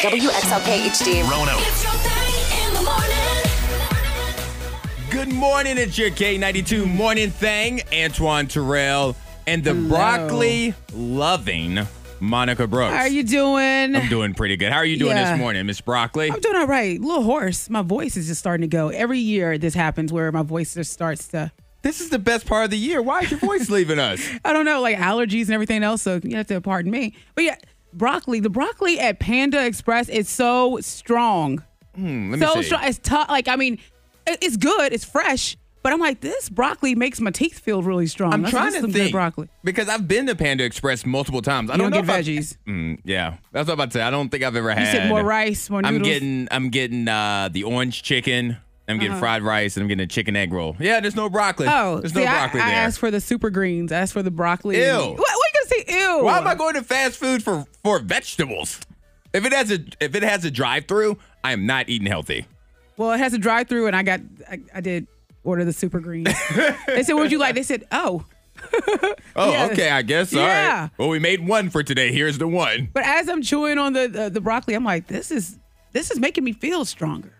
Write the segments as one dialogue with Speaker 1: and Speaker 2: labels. Speaker 1: WXLK HD.
Speaker 2: Rono.
Speaker 3: It's your thing in the morning.
Speaker 4: Good morning, it's your K92 morning thing, Antoine Terrell, and the broccoli loving Monica Brooks.
Speaker 5: How are you doing?
Speaker 4: I'm doing pretty good. How are you doing
Speaker 5: Yeah.
Speaker 4: this morning, Miss Broccoli?
Speaker 5: I'm doing all right. A little hoarse. My voice is just starting to go. Every year this happens where my voice just starts to,
Speaker 4: This is the best part of the year. Why is your voice leaving us?
Speaker 5: I don't know, like allergies and everything else. So you have to pardon me. But yeah, broccoli. The broccoli at Panda Express is so strong.
Speaker 4: Let me
Speaker 5: So
Speaker 4: see.
Speaker 5: strong. It's tough. Like, I mean, it- it's good. It's fresh. But I'm like, this broccoli makes my teeth feel really strong.
Speaker 4: I'm
Speaker 5: That's-
Speaker 4: trying
Speaker 5: this is
Speaker 4: to
Speaker 5: some
Speaker 4: think
Speaker 5: Good broccoli.
Speaker 4: because I've been to Panda Express multiple times. I
Speaker 5: You
Speaker 4: don't,
Speaker 5: don't, get
Speaker 4: know if I've-
Speaker 5: veggies.
Speaker 4: Mm, yeah, that's what I'm about to say. I don't think I've ever
Speaker 5: You
Speaker 4: had
Speaker 5: said more rice, more noodles.
Speaker 4: I'm getting I'm getting uh, the orange chicken. I'm getting fried rice and I'm getting a chicken egg roll. Yeah, there's no broccoli.
Speaker 5: Oh,
Speaker 4: there's
Speaker 5: see,
Speaker 4: no
Speaker 5: I-
Speaker 4: broccoli
Speaker 5: I,
Speaker 4: there.
Speaker 5: asked for the super greens. I asked for the broccoli.
Speaker 4: Ew.
Speaker 5: What? What you gonna say? Ew.
Speaker 4: Why am I going to fast food for for vegetables? If it has a if it has a drive through, I am not eating healthy.
Speaker 5: Well, it has a drive through, and I got I, I did order the super green. they said, "What'd you like?" They said, "Oh."
Speaker 4: Oh,
Speaker 5: Yeah.
Speaker 4: okay, I guess. All right.
Speaker 5: Yeah.
Speaker 4: Well, we made one for today. Here's the one.
Speaker 5: But as I'm chewing on the uh, the broccoli, I'm like, "This is this is making me feel stronger."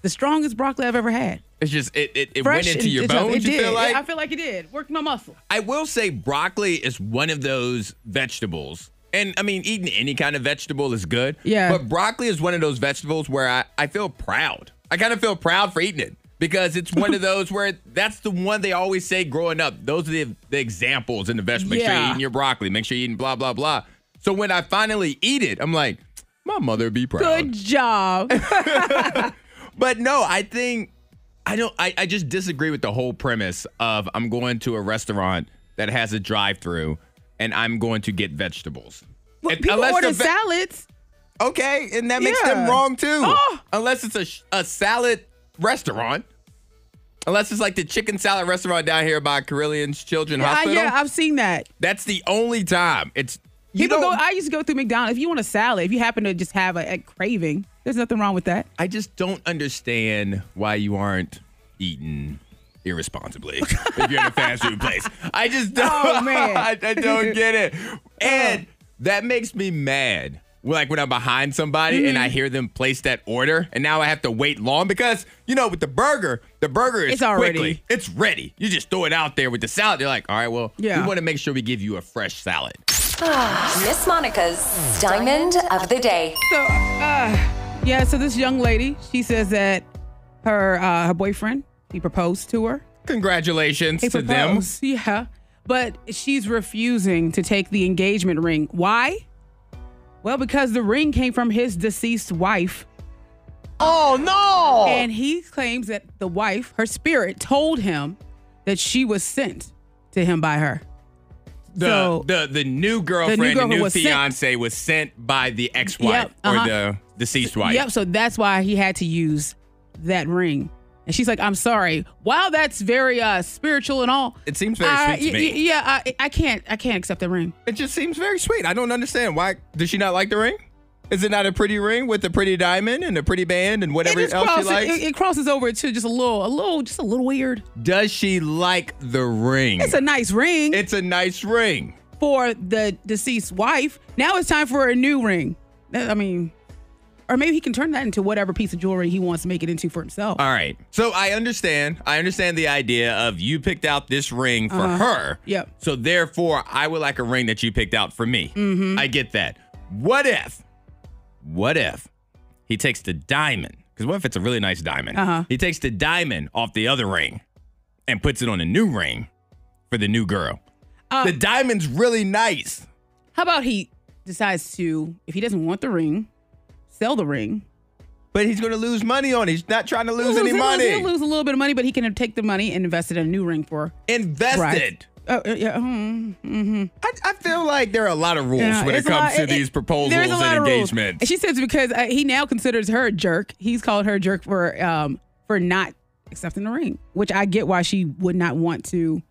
Speaker 5: The strongest broccoli I've ever had.
Speaker 4: It's just it it, it
Speaker 5: Fresh
Speaker 4: went into
Speaker 5: and-
Speaker 4: your
Speaker 5: it's tough.
Speaker 4: bones.
Speaker 5: It
Speaker 4: you
Speaker 5: did.
Speaker 4: feel like
Speaker 5: I feel like it did. Worked my muscle.
Speaker 4: I will say broccoli is one of those vegetables. And I mean, eating any kind of vegetable is good.
Speaker 5: Yeah.
Speaker 4: But broccoli is one of those vegetables where I, I feel proud. I kind of feel proud for eating it because it's one of those where that's the one they always say growing up. Those are the, the examples in the vegetable. Make sure you're
Speaker 5: Yeah.
Speaker 4: eating your broccoli. Make sure you're eating blah, blah, blah. So when I finally eat it, I'm like, my mother be proud.
Speaker 5: Good job.
Speaker 4: But no, I think I don't. I, I just disagree with the whole premise of I'm going to a restaurant that has a drive-through and I'm going to get vegetables. If-
Speaker 5: People order
Speaker 4: the ve-
Speaker 5: salads.
Speaker 4: okay, and that makes them
Speaker 5: Yeah.
Speaker 4: wrong too.
Speaker 5: Oh.
Speaker 4: Ah! Unless it's a sh- a salad restaurant. Unless it's like the chicken salad restaurant down here by Carillions Children
Speaker 5: Yeah, I,
Speaker 4: Hospital.
Speaker 5: yeah, I've seen that.
Speaker 4: That's the only time. It's you
Speaker 5: People
Speaker 4: don't,
Speaker 5: go. I used to go through McDonald's. If you want a salad, if you happen to just have a, a craving, there's nothing wrong with that.
Speaker 4: I just don't understand why you aren't eating irresponsibly if you're in a fast food place. I just don't.
Speaker 5: Oh, man. Oh.
Speaker 4: I, I don't get it. And that makes me mad. Like when I'm behind somebody and
Speaker 5: Mm-hmm.
Speaker 4: I hear them place that order, and now I have to wait long because you know with the burger, the burger is
Speaker 5: It's already-
Speaker 4: quickly, it's ready. You just throw it out there with the salad. They're like, all right, well,
Speaker 5: Yeah.
Speaker 4: we want to make sure we give you a fresh salad.
Speaker 1: Miss Monica's Diamond of the Day.
Speaker 5: So, uh, yeah. So this young lady, she says that her uh, her boyfriend he proposed to her.
Speaker 4: Congratulations
Speaker 5: He
Speaker 4: to them.
Speaker 5: proposed, yeah. But she's refusing to take the engagement ring. Why? Well, because the ring came from his deceased wife,
Speaker 4: Oh no!
Speaker 5: and he claims that the wife, her spirit, told him that she was sent to him by her.
Speaker 4: the,
Speaker 5: So-
Speaker 4: the the new girlfriend, the new,
Speaker 5: girlfriend was sent.
Speaker 4: fiance was sent by the ex-wife
Speaker 5: Yep, uh-huh.
Speaker 4: or the deceased wife.
Speaker 5: Yep. So that's why he had to use that ring. And she's like, "I'm sorry." Wow, that's very uh, spiritual and all.
Speaker 4: It seems very
Speaker 5: I-
Speaker 4: sweet to
Speaker 5: y-
Speaker 4: me.
Speaker 5: y- yeah, I, I can't. I can't accept that ring.
Speaker 4: It just seems very sweet. I don't understand why does she not like the ring? Is it not a pretty ring with a pretty diamond and a pretty band and whatever
Speaker 5: it, just
Speaker 4: else she
Speaker 5: crosses,
Speaker 4: likes?
Speaker 5: it, it crosses over to just a little, a little, just a little weird.
Speaker 4: does she like the ring?
Speaker 5: It's a nice ring
Speaker 4: It's a nice ring.
Speaker 5: for the deceased wife. Now it's time for a new ring. That- I mean, or maybe he can turn that into whatever piece of jewelry he wants to make it into for himself.
Speaker 4: All right. So I understand. I understand the idea of you picked out this ring for her.
Speaker 5: Uh-huh. Yep.
Speaker 4: So therefore, I would like a ring that you picked out for me.
Speaker 5: Mm-hmm.
Speaker 4: I get that. What if? What if he takes the diamond? Because what if it's a really nice diamond?
Speaker 5: Uh-huh.
Speaker 4: He takes the diamond off the other ring and puts it on a new ring for the new girl.
Speaker 5: Uh,
Speaker 4: the diamond's really nice.
Speaker 5: How about he decides to, if he doesn't want the ring, sell the ring.
Speaker 4: But he's going to lose money on it. He's not trying to lose, any
Speaker 5: he'll lose-
Speaker 4: money.
Speaker 5: He'll lose a little bit of money, but he can take the money and invest it in a new ring for.
Speaker 4: Invested.
Speaker 5: Right. Uh, uh, yeah, mm, mhm.
Speaker 4: I, I feel like there are a lot of rules
Speaker 5: Yeah,
Speaker 4: when it
Speaker 5: it's a lot-
Speaker 4: comes to
Speaker 5: it- it-
Speaker 4: these proposals
Speaker 5: there's a
Speaker 4: and
Speaker 5: lot of rules.
Speaker 4: engagements.
Speaker 5: And she says because uh, he now considers her a jerk. He's called her a jerk for um for not accepting the ring, which I get why she would not want to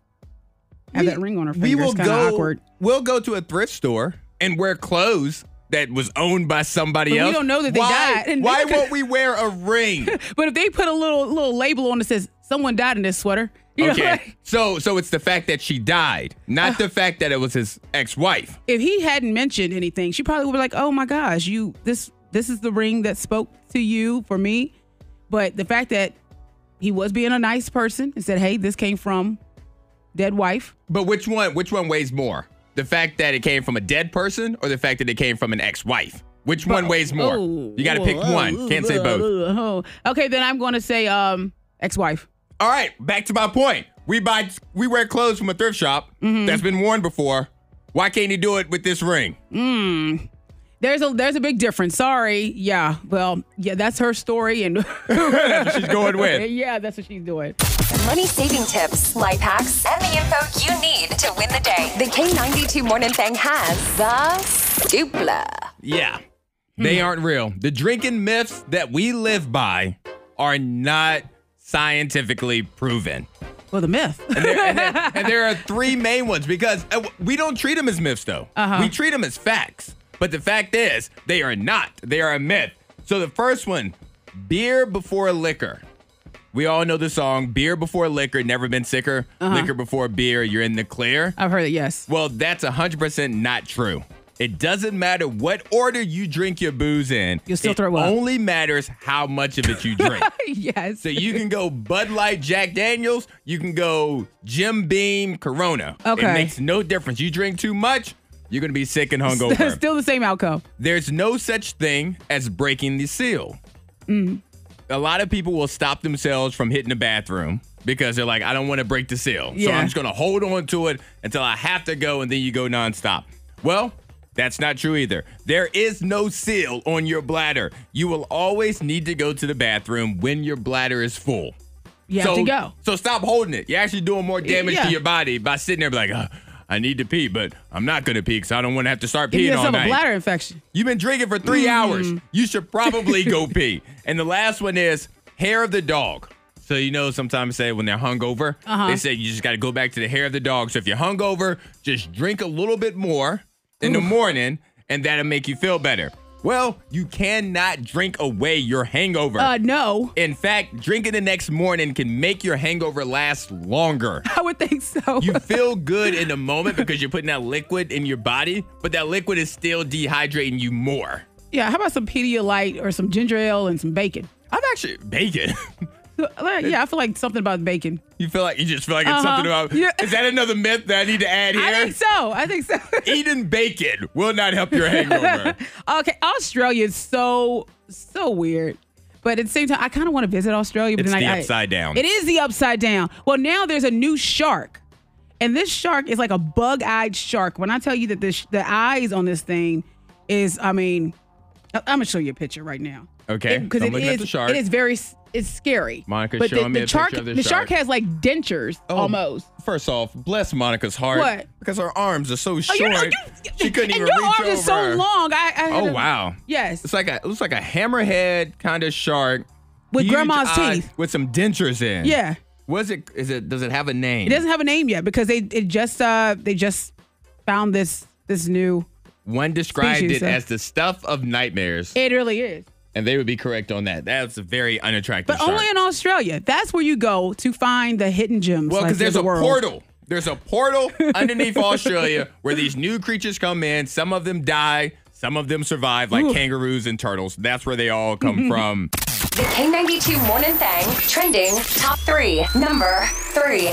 Speaker 5: have that ring on her finger.
Speaker 4: we will
Speaker 5: it's kind
Speaker 4: go.
Speaker 5: of awkward.
Speaker 4: We'll go to a thrift store and wear clothes that was owned by somebody
Speaker 5: But we
Speaker 4: else.
Speaker 5: don't know that they
Speaker 4: why,
Speaker 5: died, and
Speaker 4: why
Speaker 5: they could-
Speaker 4: won't we wear a ring?
Speaker 5: But if they put a little little label on that says someone died in this sweater, you know,
Speaker 4: Okay.
Speaker 5: like,
Speaker 4: So so it's the fact that she died, not the fact that it was his ex-wife.
Speaker 5: if he hadn't mentioned anything, she probably would be like, "Oh my gosh, you this this is the ring that spoke to you for me. But the fact that he was being a nice person and said, hey, this came from dead wife.
Speaker 4: But which one? Which one weighs more? The fact that it came from a dead person, or the fact that it came from an ex-wife? Which one weighs more?
Speaker 5: Oh,
Speaker 4: you got to
Speaker 5: oh,
Speaker 4: pick
Speaker 5: oh,
Speaker 4: one.
Speaker 5: oh,
Speaker 4: Can't say
Speaker 5: oh,
Speaker 4: both.
Speaker 5: oh, oh. Okay, then I'm going to say um, ex-wife.
Speaker 4: All right, back to my point. We buy, we wear clothes from a thrift shop that's been worn before. Why can't he do it with this ring?
Speaker 5: There's a there's a big difference. Sorry. Yeah. Well, yeah, that's her story and
Speaker 4: She's going with.
Speaker 5: yeah, that's what she's doing.
Speaker 1: Money saving tips, life hacks, and the info you need to win the day. The K92 Morning Thing has the dupla.
Speaker 4: Yeah. They aren't real. The drinking myths that we live by are not scientifically proven.
Speaker 5: Well, the myth.
Speaker 4: and there are three main ones because uh, we don't treat them as myths, though.
Speaker 5: Uh-huh.
Speaker 4: We treat them as facts. But the fact is, they are not. They are a myth. So the first one beer before liquor. We all know the song beer before liquor, never been sicker.
Speaker 5: Uh-huh.
Speaker 4: Liquor before beer, you're in the clear.
Speaker 5: I've heard it. Yes.
Speaker 4: Well, that's 100% not true. It doesn't matter what order you drink your booze in.
Speaker 5: You'll still
Speaker 4: it
Speaker 5: throw up.
Speaker 4: only matters how much of it you drink.
Speaker 5: yes.
Speaker 4: So you can go Bud Light, Jack Daniels. You can go Jim Beam, Corona.
Speaker 5: Okay.
Speaker 4: It makes no difference. You drink too much, you're going to be sick and hungover.
Speaker 5: Still the same outcome.
Speaker 4: There's no such thing as breaking the seal.
Speaker 5: Mm.
Speaker 4: A lot of people will stop themselves from hitting the bathroom because they're like, I don't want to break the seal. So
Speaker 5: Yeah.
Speaker 4: I'm just going to hold on to it until I have to go, and then you go nonstop. Well, that's not true either. There is no seal on your bladder. You will always need to go to the bathroom when your bladder is full.
Speaker 5: You
Speaker 4: so,
Speaker 5: have to go.
Speaker 4: So stop holding it. You're actually doing more damage
Speaker 5: yeah.
Speaker 4: to your body by sitting there like, "Ugh, I need to pee, but I'm not going to pee because I don't want to have to start
Speaker 5: Give
Speaker 4: peeing all
Speaker 5: yourself
Speaker 4: night.
Speaker 5: a bladder Mm-hmm. infection.
Speaker 4: You've been drinking for three hours. You should probably go pee. And the last one is hair of the dog. So you know, sometimes say when they're hungover,
Speaker 5: Uh-huh.
Speaker 4: they say you just got to go back to the hair of the dog. So if you're hungover, just drink a little bit more in the morning, and that'll make you feel better. Well, you cannot drink away your hangover.
Speaker 5: Uh, no.
Speaker 4: in fact, drinking the next morning can make your hangover last longer.
Speaker 5: I would think so.
Speaker 4: You feel good in the moment because you're putting that liquid in your body, but that liquid is still dehydrating you more.
Speaker 5: yeah. How about some Pedialyte or some ginger ale and some bacon?
Speaker 4: I've actually bacon.
Speaker 5: Like, Yeah, I feel like something about bacon.
Speaker 4: you feel like you just feel like it's
Speaker 5: Uh-huh.
Speaker 4: something about.
Speaker 5: Yeah.
Speaker 4: Is that another myth that I need to add
Speaker 5: I
Speaker 4: here?
Speaker 5: think so. I think so.
Speaker 4: Eating bacon will not help your hangover.
Speaker 5: okay, Australia is so so weird, but at the same time, I kind of want to visit Australia. But
Speaker 4: It's
Speaker 5: then
Speaker 4: the
Speaker 5: I, I-
Speaker 4: upside down.
Speaker 5: It is the upside down. Well, now there's a new shark, and this shark is like a bug-eyed shark. When I tell you that the sh- the eyes on this thing is, I mean, I- I'm gonna show you a picture right now.
Speaker 4: Okay,
Speaker 5: because
Speaker 4: I'm
Speaker 5: it
Speaker 4: looking at
Speaker 5: is-
Speaker 4: the shark.
Speaker 5: It is very s- it's scary.
Speaker 4: Monica's
Speaker 5: but the,
Speaker 4: showing me
Speaker 5: the
Speaker 4: a picture
Speaker 5: shark,
Speaker 4: of the
Speaker 5: shark
Speaker 4: shark. Oh,
Speaker 5: has like dentures almost.
Speaker 4: First off, bless Monica's heart.
Speaker 5: What?
Speaker 4: Because her arms are so
Speaker 5: Oh,
Speaker 4: short.
Speaker 5: you know,
Speaker 4: she couldn't even
Speaker 5: and your
Speaker 4: reach
Speaker 5: arms
Speaker 4: over.
Speaker 5: are so long. I, I had
Speaker 4: Oh
Speaker 5: to-
Speaker 4: wow.
Speaker 5: Yes.
Speaker 4: It's like a it looks like a hammerhead kind of shark.
Speaker 5: With
Speaker 4: Huge
Speaker 5: grandma's
Speaker 4: eye
Speaker 5: teeth.
Speaker 4: With some dentures in.
Speaker 5: Yeah.
Speaker 4: Was it is it does it have a name?
Speaker 5: It doesn't have a name yet because they it just uh they just found this this new.
Speaker 4: One described
Speaker 5: Species,
Speaker 4: it
Speaker 5: so-
Speaker 4: as the stuff of nightmares.
Speaker 5: It really is,
Speaker 4: And they would be correct on that. That's a very unattractive
Speaker 5: but only in Australia. That's where you go to find the hidden gems.
Speaker 4: well,
Speaker 5: like,
Speaker 4: because
Speaker 5: of
Speaker 4: there's
Speaker 5: the
Speaker 4: a
Speaker 5: world.
Speaker 4: portal. There's a portal underneath Australia where these new creatures come in. Some of them die, some of them survive, like kangaroos and turtles. That's where they all come from.
Speaker 1: The K92 Morning Thing trending top three. Number three.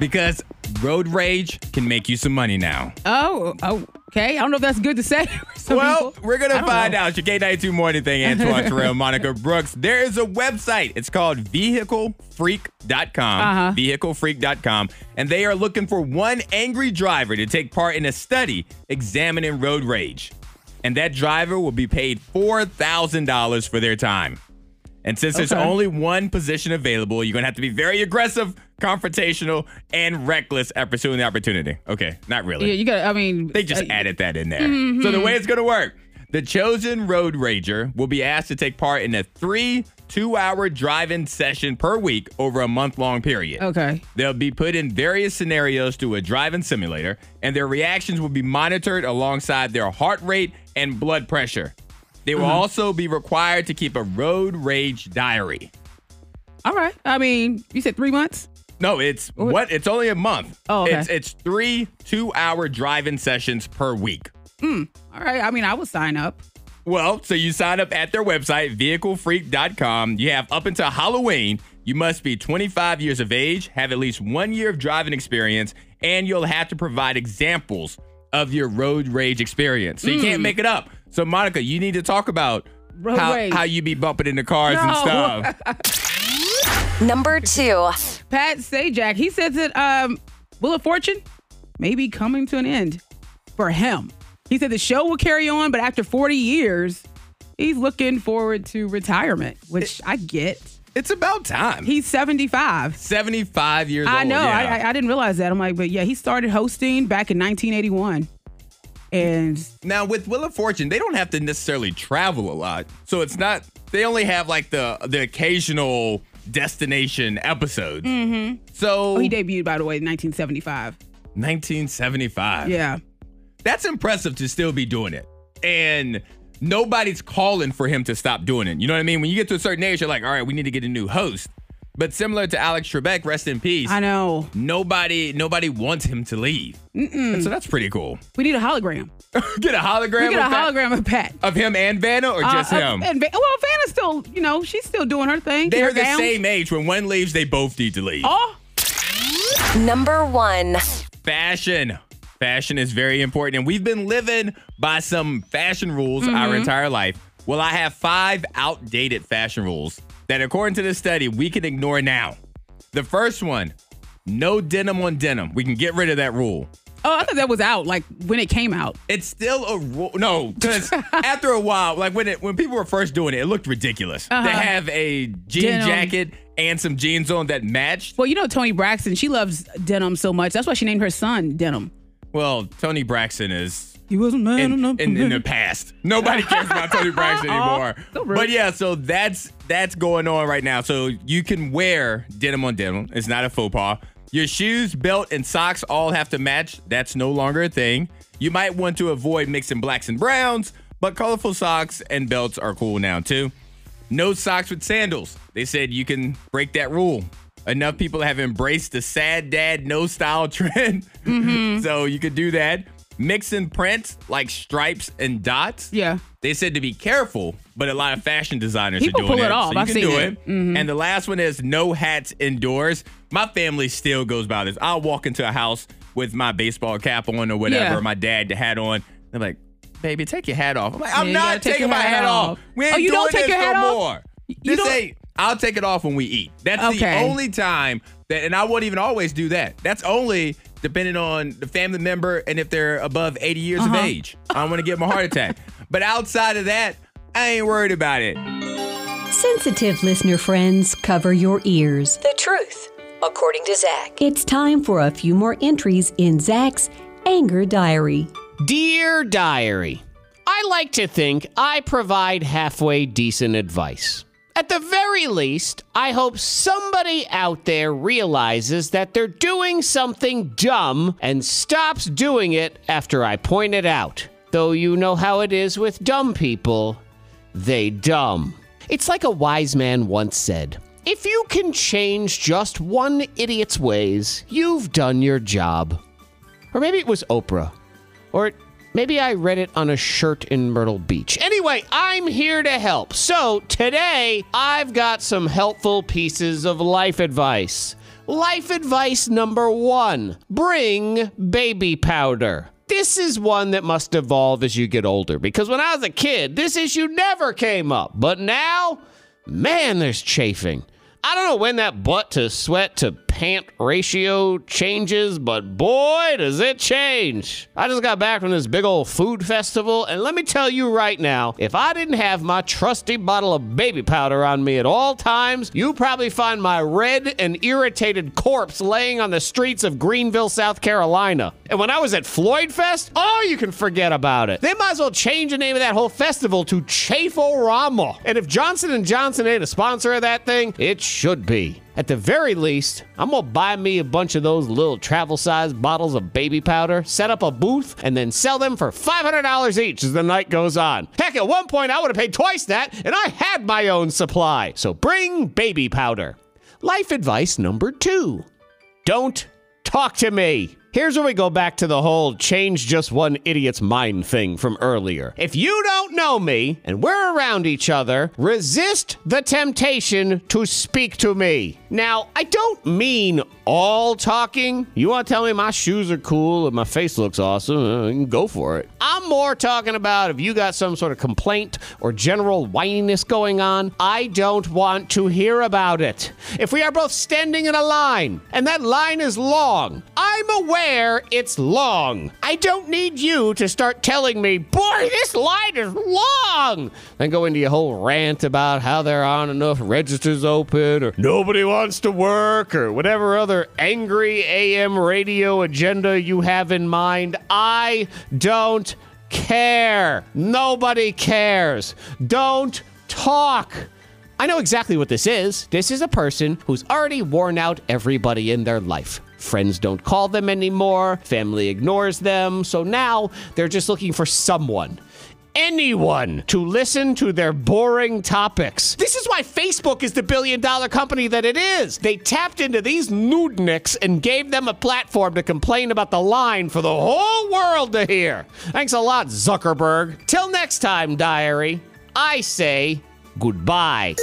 Speaker 4: Because road rage can make you some money now.
Speaker 5: Oh, oh, okay. I don't know if that's good to say. for some
Speaker 4: Well,
Speaker 5: people.
Speaker 4: we're
Speaker 5: I
Speaker 4: gonna
Speaker 5: don't
Speaker 4: find
Speaker 5: know.
Speaker 4: out. Your K92 morning thing, Antoine Terrell, Monica Brooks. There is a website. It's called vehiclefreak.com.
Speaker 5: Uh-huh.
Speaker 4: Vehiclefreak.com. And they are looking for one angry driver to take part in a study examining road rage. And that driver will be paid $4,000 for their time. And since there's
Speaker 5: Okay.
Speaker 4: only one position available, you're gonna have to be very aggressive, confrontational, and reckless at pursuing the opportunity. Okay, not really.
Speaker 5: Yeah, you got. I mean,
Speaker 4: They just
Speaker 5: uh, Mm-hmm.
Speaker 4: added that in there. So the way it's going to work, the chosen road rager will be asked to take part in a three two-hour drive-in session per week over a month-long period.
Speaker 5: Okay.
Speaker 4: They'll be put in various scenarios through a driving simulator, and their reactions will be monitored alongside their heart rate and blood pressure. They
Speaker 5: Mm-hmm.
Speaker 4: will also be required to keep a road rage diary.
Speaker 5: All right. I mean, you said three months.
Speaker 4: No, it's what? It's only a month.
Speaker 5: Oh, okay.
Speaker 4: it's it's three two-hour drive-in sessions per week.
Speaker 5: All right. I mean, I would sign up.
Speaker 4: Well, so you sign up at their website, vehiclefreak.com. You have up until Halloween. You must be 25 years of age, have at least one year of driving experience, and you'll have to provide examples of your road rage experience. So you can't make it up. So, Monica, you need to talk about
Speaker 5: Hmm. Road
Speaker 4: how,
Speaker 5: rage.
Speaker 4: how you be bumping into cars and
Speaker 5: No.
Speaker 4: stuff.
Speaker 1: Number two.
Speaker 5: Pat Sajak, he says that um, Wheel of Fortune may be coming to an end for him. He said the show will carry on, but after 40 years, he's looking forward to retirement, which I get.
Speaker 4: It's about time.
Speaker 5: He's 75.
Speaker 4: 75 years
Speaker 5: I
Speaker 4: old.
Speaker 5: know.
Speaker 4: yeah.
Speaker 5: I, I, I didn't realize that. I'm like, but yeah, he started hosting back in 1981. And
Speaker 4: Now with Wheel of Fortune, they don't have to necessarily travel a lot, so it's not. They only have like the the occasional destination episodes. Mm-hmm. So
Speaker 5: oh, he debuted, by the way, in 1975.
Speaker 4: 1975.
Speaker 5: Yeah.
Speaker 4: that's impressive to still be doing it, and nobody's calling for him to stop doing it. You know what I mean? When you get to a certain age, you're like, all right, we need to get a new host. But similar to Alex Trebek, rest in peace.
Speaker 5: I know.
Speaker 4: Nobody, nobody wants him to leave, and so that's pretty cool.
Speaker 5: We need a hologram.
Speaker 4: get a hologram.
Speaker 5: We get a
Speaker 4: of that-
Speaker 5: hologram of Pat.
Speaker 4: of him and Vanna, or just
Speaker 5: Uh,
Speaker 4: him.
Speaker 5: And Va- well, Vanna's still, you know, she's still doing her thing.
Speaker 4: They're
Speaker 5: her
Speaker 4: the
Speaker 5: gowns.
Speaker 4: same age. When one leaves, they both need to leave.
Speaker 5: Oh,
Speaker 1: Number one.
Speaker 4: Fashion. Fashion is very important. And we've been living by some fashion rules our
Speaker 5: Mm-hmm.
Speaker 4: entire life. Well, I have five outdated fashion rules that, according to this study, we can ignore now. The first one no denim on denim. We can get rid of that rule.
Speaker 5: oh, I thought that was out like when it came out.
Speaker 4: It's still a rule. No, because after a while, like when it, when people were first doing it, it looked ridiculous. They have a jean
Speaker 5: Uh-huh. Denim.
Speaker 4: jacket and some jeans on that matched.
Speaker 5: Well, you know Tony Braxton, she loves denim so much. That's why she named her son Denim.
Speaker 4: Well, Tony Braxton is
Speaker 5: He wasn't man
Speaker 4: in,
Speaker 5: enough.
Speaker 4: in, in the past. Nobody cares about Tony Braxton anymore.
Speaker 5: so rude.
Speaker 4: But yeah, so that's that's going on right now. So you can wear denim on denim. It's not a faux pas. Your shoes, belt, and socks all have to match. That's no longer a thing. You might want to avoid mixing blacks and browns, but colorful socks and belts are cool now too. No socks with sandals. They said you can break that rule. Enough people have embraced the sad dad no style trend. so you could do that. Mixing prints like stripes and dots.
Speaker 5: Yeah.
Speaker 4: They said to be careful, but a lot of fashion designers
Speaker 5: People
Speaker 4: are doing
Speaker 5: pull it off.
Speaker 4: So you
Speaker 5: I've
Speaker 4: can
Speaker 5: seen
Speaker 4: do
Speaker 5: it.
Speaker 4: it. And the last one is no hats indoors. My family still goes by this. I'll walk into a house with my baseball cap on or whatever,
Speaker 5: Yeah.
Speaker 4: my dad had on. They're like, baby, take your hat off. I'm like, I'm
Speaker 5: you gotta
Speaker 4: not
Speaker 5: take
Speaker 4: taking
Speaker 5: your
Speaker 4: my
Speaker 5: hat
Speaker 4: hat off.
Speaker 5: off.
Speaker 4: We ain't
Speaker 5: Oh, you
Speaker 4: doing
Speaker 5: don't take
Speaker 4: this
Speaker 5: your hat
Speaker 4: no
Speaker 5: off?
Speaker 4: more.
Speaker 5: you
Speaker 4: This
Speaker 5: don't-
Speaker 4: ain't. I'll take it off when we eat. That's
Speaker 5: Okay.
Speaker 4: the only time that, and I won't even always do that. That's only depending on the family member and if they're above 80 years
Speaker 5: Uh-huh.
Speaker 4: of age. I don't want to give them a heart attack. But outside of that, I ain't worried about it.
Speaker 2: Sensitive listener friends, cover your ears.
Speaker 6: The truth, according to Zach.
Speaker 2: It's time for a few more entries in Zach's Anger Diary.
Speaker 7: Dear Diary, I like to think I provide halfway decent advice. At the very least, I hope somebody out there realizes that they're doing something dumb and stops doing it after I point it out. Though you know how it is with dumb people, they dumb. It's like a wise man once said if you can change just one idiot's ways, you've done your job. Or maybe it was Oprah. Or maybe I read it on a shirt in Myrtle Beach. Anyway, I'm here to help. So today, I've got some helpful pieces of life advice. Life advice number one bring baby powder. This is one that must evolve as you get older because when I was a kid, this issue never came up. But now, man, there's chafing. I don't know when that butt to sweat to pant ratio changes, but boy, does it change. I just got back from this big old food festival, and let me tell you right now if I didn't have my trusty bottle of baby powder on me at all times, you probably find my red and irritated corpse laying on the streets of Greenville, South Carolina. And when I was at Floyd Fest, oh, you can forget about it. They might as well change the name of that whole festival to Chaforama. And if Johnson and Johnson ain't a sponsor of that thing, it should be. At the very least, I'm gonna buy me a bunch of those little travel-sized bottles of baby powder, set up a booth, and then sell them for $500 each as the night goes on. Heck, at one point I would have paid twice that, and I had my own supply. So bring baby powder. Life advice number two: Don't talk to me. Here's where we go back to the whole change just one idiot's mind thing from earlier. If you don't know me and we're around each other, resist the temptation to speak to me. Now, I don't mean all talking. You want to tell me my shoes are cool and my face looks awesome? uh, you can go for it. I'm more talking about if you got some sort of complaint or general whininess going on, I don't want to hear about it. If we are both standing in a line and that line is long, I'm aware it's long. I don't need you to start telling me, boy, this line is long. Then go into your whole rant about how there aren't enough registers open or nobody wants to work or whatever other angry AM radio agenda you have in mind. I don't care. Nobody cares. Don't talk. I know exactly what this is. This is a person who's already worn out everybody in their life. Friends don't call them anymore, family ignores them, so now they're just looking for someone. Anyone to listen to their boring topics. This is why Facebook is the billion dollar company that it is. They tapped into these nudniks and gave them a platform to complain about the line for the whole world to hear. Thanks a lot, Zuckerberg. Till next time, diary, I say goodbye.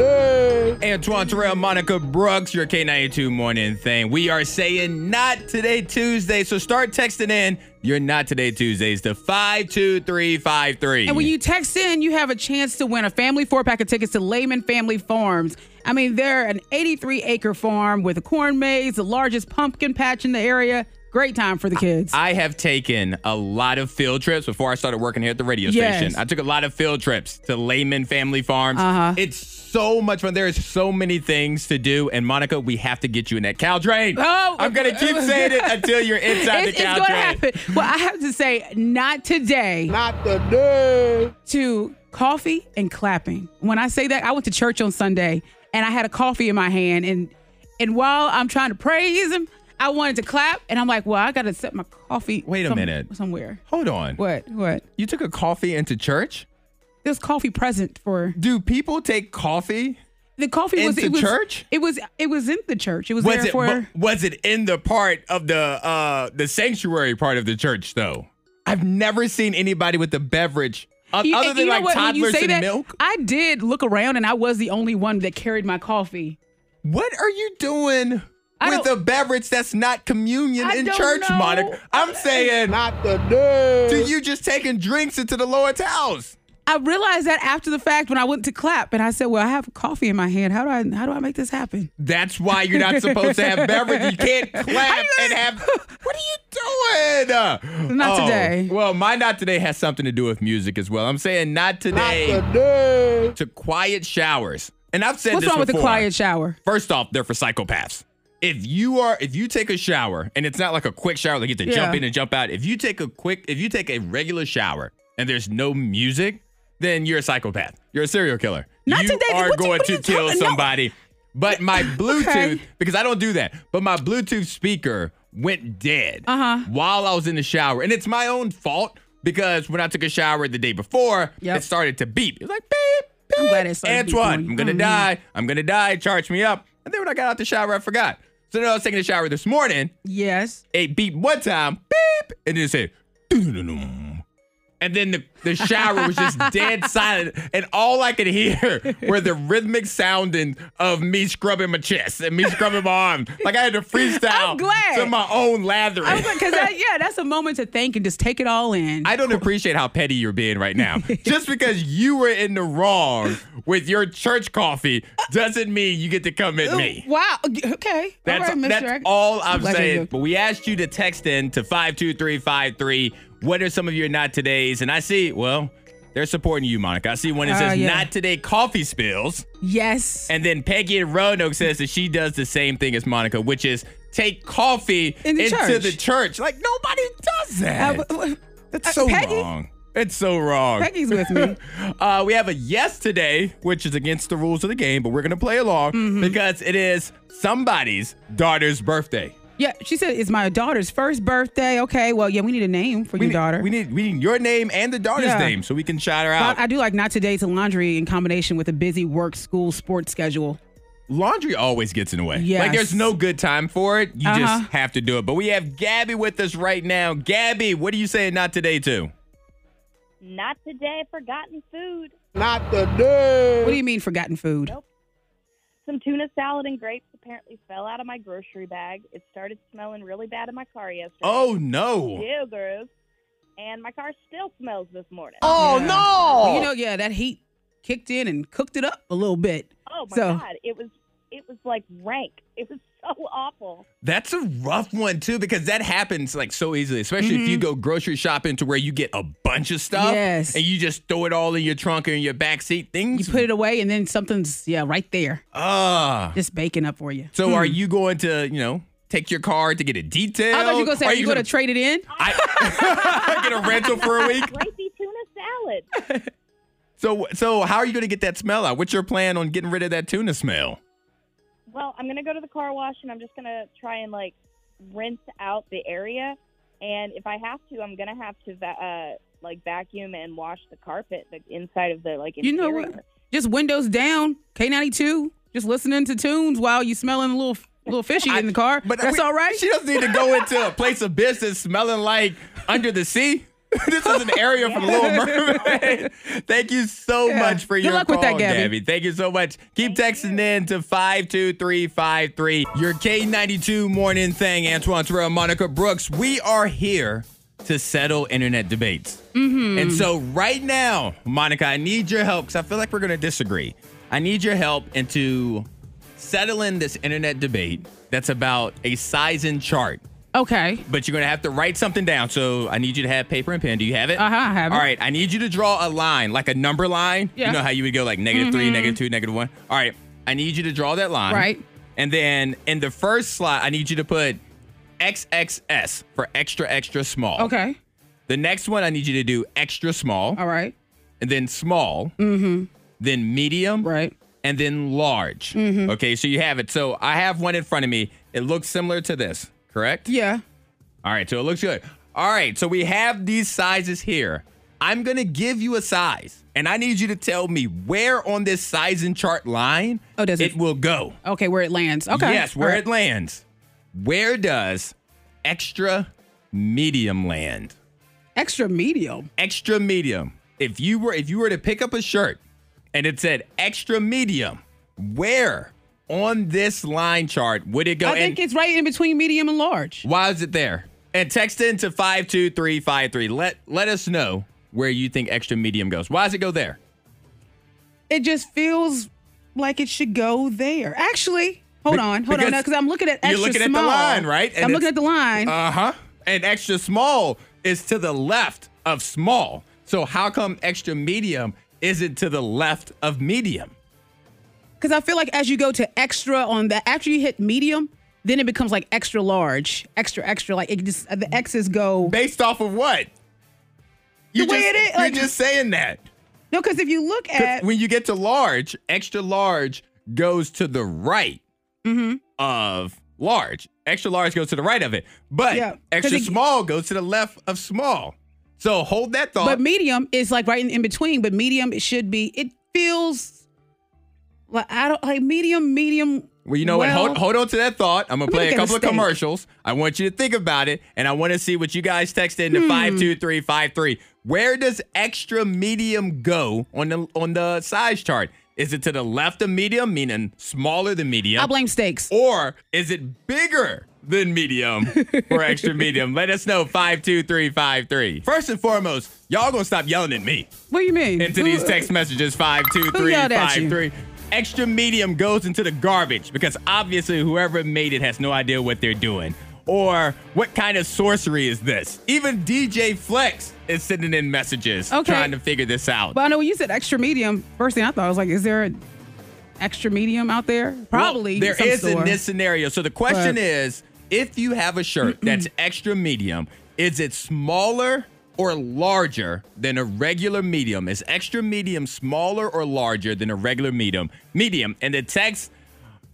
Speaker 4: Antoine Terrell, Monica Brooks, your K92 morning thing. We are saying not today, Tuesday. So start texting in. You're not today, Tuesdays to 52353.
Speaker 5: And when you text in, you have a chance to win a family four pack of tickets to Lehman Family Farms. I mean, they're an 83 acre farm with a corn maze, the largest pumpkin patch in the area. Great time for the kids.
Speaker 4: I have taken a lot of field trips before I started working here at the radio
Speaker 5: Yes.
Speaker 4: station. I took a lot of field trips to Lehman Family Farms.
Speaker 5: Uh-huh.
Speaker 4: It's so much fun. There is so many things to do. And Monica, we have to get you in that cow drain.
Speaker 5: Oh,
Speaker 4: I'm going to keep saying it until you're inside
Speaker 5: it's,
Speaker 4: the cow
Speaker 5: it's
Speaker 4: drain.
Speaker 5: gonna happen. Well, I have to say, not today. Not today. To coffee and clapping. When I say that, I went to church on Sunday and I had a coffee in my hand, and and while I'm trying to praise him, I wanted to clap, and I'm like, well, I gotta set my coffee.
Speaker 4: Wait a minute.
Speaker 5: Somewhere.
Speaker 4: Hold on.
Speaker 5: What? What?
Speaker 4: You took a coffee into church?
Speaker 5: There's coffee present for
Speaker 4: Do people take coffee?
Speaker 5: the coffee was
Speaker 4: Into
Speaker 5: it was
Speaker 4: church?
Speaker 5: It was it was in the church. It was,
Speaker 4: Was
Speaker 5: there
Speaker 4: it
Speaker 5: for.
Speaker 4: was it in the part of the uh the sanctuary part of the church though? I've never seen anybody with a beverage o-
Speaker 5: You-
Speaker 4: other
Speaker 5: and
Speaker 4: than
Speaker 5: you know
Speaker 4: like
Speaker 5: what? When you
Speaker 4: toddlers
Speaker 5: say
Speaker 4: and
Speaker 5: that,
Speaker 4: milk.
Speaker 5: I did look around, and I was the only one that carried my coffee.
Speaker 4: What are you doing
Speaker 5: I
Speaker 4: with a
Speaker 5: don't-
Speaker 4: beverage that's not communion
Speaker 5: I
Speaker 4: in
Speaker 5: don't
Speaker 4: church,
Speaker 5: know.
Speaker 4: Monica? I'm saying not the day. Do you just taking drinks into the Lord's house?
Speaker 5: I realized that after the fact when I went to clap and I said, "Well, I have coffee in my hand. How do I how do I make this happen?"
Speaker 4: That's why you're not supposed to have beverage. You can't clap and have. What are you doing? Oh,
Speaker 5: Not today.
Speaker 4: Well, my not today has something to do with music as well. I'm saying not today. To quiet showers, and I've said
Speaker 5: What's
Speaker 4: this
Speaker 5: wrong with the
Speaker 4: before.
Speaker 5: quiet shower?
Speaker 4: First off, they're for psychopaths. If you are, if you take a shower, and it's not like a quick shower, like you have to jump
Speaker 5: Yeah.
Speaker 4: in and jump out. If you take a quick, if you take a regular shower and there's no music, then you're a psychopath. You're a serial killer.
Speaker 5: Not
Speaker 4: you
Speaker 5: today.
Speaker 4: are
Speaker 5: What you-
Speaker 4: going
Speaker 5: what
Speaker 4: to
Speaker 5: you
Speaker 4: kill
Speaker 5: talking- no.
Speaker 4: somebody. But my Bluetooth,
Speaker 5: Okay.
Speaker 4: because I don't do that, but my Bluetooth speaker went dead
Speaker 5: Uh-huh.
Speaker 4: while I was in the shower, and it's my own fault because when I took a shower the day before,
Speaker 5: Yep.
Speaker 4: it started to beep. It was like beep. beep.
Speaker 5: I'm glad it started beeping
Speaker 4: Antoine,
Speaker 5: on you.
Speaker 4: I'm gonna
Speaker 5: Mhm.
Speaker 4: die die. I'm gonna die. Charge me up. And then when I got out the shower, I forgot. So then I was taking a shower this morning.
Speaker 5: Yes.
Speaker 4: It beep one time, beep, and then it said, "Doo-doo-doo-doo." and then the, the shower was just dead silent, and all I could hear were the rhythmic sounding of me scrubbing my chest and me scrubbing my arm, like I had to freestyle
Speaker 5: I'm glad.
Speaker 4: to my own lathering.
Speaker 5: I was like, cause that, yeah, that's a moment to think and just take it all in.
Speaker 4: I don't appreciate how petty you're being right now. Just because you were in the wrong with your church coffee doesn't mean you get to come at me.
Speaker 5: wow. Okay.
Speaker 4: That's,
Speaker 5: all right, Mr.
Speaker 4: that's
Speaker 5: I-
Speaker 4: all I'm
Speaker 5: Like I
Speaker 4: saying.
Speaker 5: do.
Speaker 4: But we asked you to text in to 52353. What are some of your not todays? And I see, well, they're supporting you, Monica. I see one that
Speaker 5: Ah,
Speaker 4: says
Speaker 5: yeah.
Speaker 4: not today coffee spills.
Speaker 5: Yes.
Speaker 4: And then Peggy and Roanoke says that she does the same thing as Monica, which is take coffee
Speaker 5: In the
Speaker 4: into
Speaker 5: church.
Speaker 4: the church. Like nobody does that.
Speaker 5: Uh, w- w-
Speaker 4: That's
Speaker 5: uh,
Speaker 4: so
Speaker 5: Peggy?
Speaker 4: wrong. It's so wrong.
Speaker 5: Peggy's with me.
Speaker 4: Uh, we have a yes today, which is against the rules of the game, but we're going to play along
Speaker 5: Mm-hmm.
Speaker 4: because it is somebody's daughter's birthday.
Speaker 5: Yeah, she said it's my daughter's first birthday. Okay, well, yeah, we need a name for
Speaker 4: We
Speaker 5: your
Speaker 4: need,
Speaker 5: daughter.
Speaker 4: We need, we need your name and the daughter's
Speaker 5: Yeah.
Speaker 4: name so we can shout her out.
Speaker 5: But I do like not today to laundry in combination with a busy work, school, sports schedule.
Speaker 4: laundry always gets in the way.
Speaker 5: Yes.
Speaker 4: Like there's no good time for it. You
Speaker 5: Uh-huh.
Speaker 4: just have to do it. But we have Gabby with us right now. Gabby, what are you saying not today to?
Speaker 8: Not today, forgotten food.
Speaker 5: What do you mean forgotten food?
Speaker 8: Some tuna salad and grapes apparently fell out of my grocery bag. It started smelling really bad in my car yesterday.
Speaker 4: Oh no.
Speaker 8: Ew, gross. And my car still smells this morning.
Speaker 7: Oh
Speaker 5: Yeah.
Speaker 7: no!
Speaker 5: Well, you know, yeah, that heat kicked in and cooked it up a little bit.
Speaker 8: Oh my
Speaker 5: so-
Speaker 8: god, it was it was like rank. It was so awful.
Speaker 4: That's a rough one too because that happens like so easily, especially if you go grocery shopping to where you get a bunch of stuff
Speaker 5: Mm-hmm. Yes.
Speaker 4: and you just throw it all in your trunk or in your back seat.
Speaker 5: You
Speaker 4: Things
Speaker 5: put it away, and then something's yeah right there,
Speaker 4: ah.
Speaker 5: just baking up for you.
Speaker 4: So are you going to, you know, take your car to get it detailed?
Speaker 5: I thought you were gonna say, are you, gonna, trade it in?
Speaker 4: I- get a rental for a week?
Speaker 8: Grapey tuna salad.
Speaker 4: So so how are you gonna get that smell out? What's your plan on getting rid of that tuna smell?
Speaker 8: Well, I'm gonna go to the car wash and I'm just gonna try and like rinse out the area. And if I have to, I'm gonna have to va- uh, like vacuum and wash the carpet the inside of the like.
Speaker 5: You know
Speaker 8: interior.
Speaker 5: what? Just windows down, K ninety two. Just listening to tunes while you smelling a little little fishy in the car. But that's
Speaker 4: we-
Speaker 5: all right.
Speaker 4: She doesn't need to go into a place of business smelling like under the sea. this is an area from Little Mermaid. Thank you so
Speaker 5: Yeah.
Speaker 4: much for
Speaker 5: Good
Speaker 4: your
Speaker 5: luck
Speaker 4: call,
Speaker 5: with that, Gabby.
Speaker 4: Thank you so much. Keep texting in to 52353. Your K92 morning thing, Antoine Terrell, Monica Brooks. We are here to settle internet debates.
Speaker 5: Mm-hmm.
Speaker 4: And so right now, Monica, I need your help because I feel like we're going to disagree. I need your help into settling this internet debate that's about a size and chart.
Speaker 5: Okay.
Speaker 4: But you're going to have to write something down. So I need you to have paper and pen. Do you have it?
Speaker 5: Uh-huh, I have it.
Speaker 4: All right. I need you to draw a line, like a number line.
Speaker 5: Yeah. Mm-hmm.
Speaker 4: You know how you would go like negative three, negative two, negative one. All right. I need you to draw that line.
Speaker 5: Right.
Speaker 4: And then in the first slot, I need you to put XXS for extra, extra small.
Speaker 5: Okay.
Speaker 4: The next one, I need you to do extra small
Speaker 5: All right. Mm-hmm.
Speaker 4: and then small, then medium,
Speaker 5: Right. Mm-hmm.
Speaker 4: and then large. Okay, so you have it. So I have one in front of me. It looks similar to this, correct?
Speaker 5: Yeah.
Speaker 4: All right, so it looks good. All right, so we have these sizes here. I'm gonna give you a size, and I need you to tell me where on this size and chart line
Speaker 5: Oh, does it-
Speaker 4: will go.
Speaker 5: Okay. Where it lands. Okay.
Speaker 4: Yes,
Speaker 5: All
Speaker 4: where
Speaker 5: right.
Speaker 4: it lands. Where does extra medium land?
Speaker 5: Extra medium.
Speaker 4: extra medium. If you were if you were to pick up a shirt and it said extra medium, where on this line chart would it go?
Speaker 5: I
Speaker 4: and
Speaker 5: think it's right in between medium and large.
Speaker 4: why is it there? And text in to five two three five three. Let let us know where you think extra medium goes. Why does it go there?
Speaker 5: It just feels like it should go there. Actually, hold
Speaker 4: Be-
Speaker 5: on, hold on,
Speaker 4: because
Speaker 5: because I'm looking at extra
Speaker 4: you're looking at the
Speaker 5: small.
Speaker 4: line, right? And
Speaker 5: I'm looking
Speaker 4: it's-
Speaker 5: at the line.
Speaker 4: Uh huh. And extra small is to the left of small. So how come extra medium isn't to the left of medium?
Speaker 5: Because I feel like as you go to extra on that, after you hit medium, then it becomes like extra large, extra extra. Like it just the X's go
Speaker 4: Based off of what? You
Speaker 5: way
Speaker 4: just,
Speaker 5: it is,
Speaker 4: you're
Speaker 5: like-
Speaker 4: just saying that.
Speaker 5: no. Because if you look
Speaker 4: Because
Speaker 5: at
Speaker 4: when you get to large, extra large goes to the right
Speaker 5: Mm-hmm.
Speaker 4: of large. Extra large goes to the right of it, but
Speaker 5: Yeah, 'cause
Speaker 4: extra
Speaker 5: it-
Speaker 4: small goes to the left of small. So hold that thought.
Speaker 5: but medium is like right in, in between. But medium it should be. It feels like I don't like medium medium.
Speaker 4: well, you know what? Hold, hold on to that thought. I'm gonna
Speaker 5: me
Speaker 4: play
Speaker 5: look
Speaker 4: a
Speaker 5: at the
Speaker 4: couple of
Speaker 5: steak.
Speaker 4: commercials. I want you to think about it, and I want to see what you guys text in to
Speaker 5: Hmm.
Speaker 4: five two three five three. Where does extra medium go on the on the size chart? Is it to the left of medium, meaning smaller than medium?
Speaker 5: I blame steaks.
Speaker 4: Or is it bigger than medium or extra medium? Let us know 52353. First and foremost, y'all gonna stop yelling at me
Speaker 5: What do you mean?
Speaker 4: into these
Speaker 5: Who-
Speaker 4: text messages
Speaker 5: Who yelled at you?
Speaker 4: 52353. Extra medium goes into the garbage because obviously whoever made it has no idea what they're doing. Or what kind of sorcery is this? Even DJ Flex is sending in messages
Speaker 5: Okay.
Speaker 4: trying to figure this out.
Speaker 5: But I know when you said extra medium, first thing I thought I was like, is there an extra medium out there? Probably.
Speaker 4: Well,
Speaker 5: some
Speaker 4: there is
Speaker 5: store.
Speaker 4: in this scenario. So the question
Speaker 5: But-
Speaker 4: is, if you have a shirt that's extra medium, is it smaller or larger than a regular medium? Is extra medium smaller or larger than a regular medium? Medium. And the text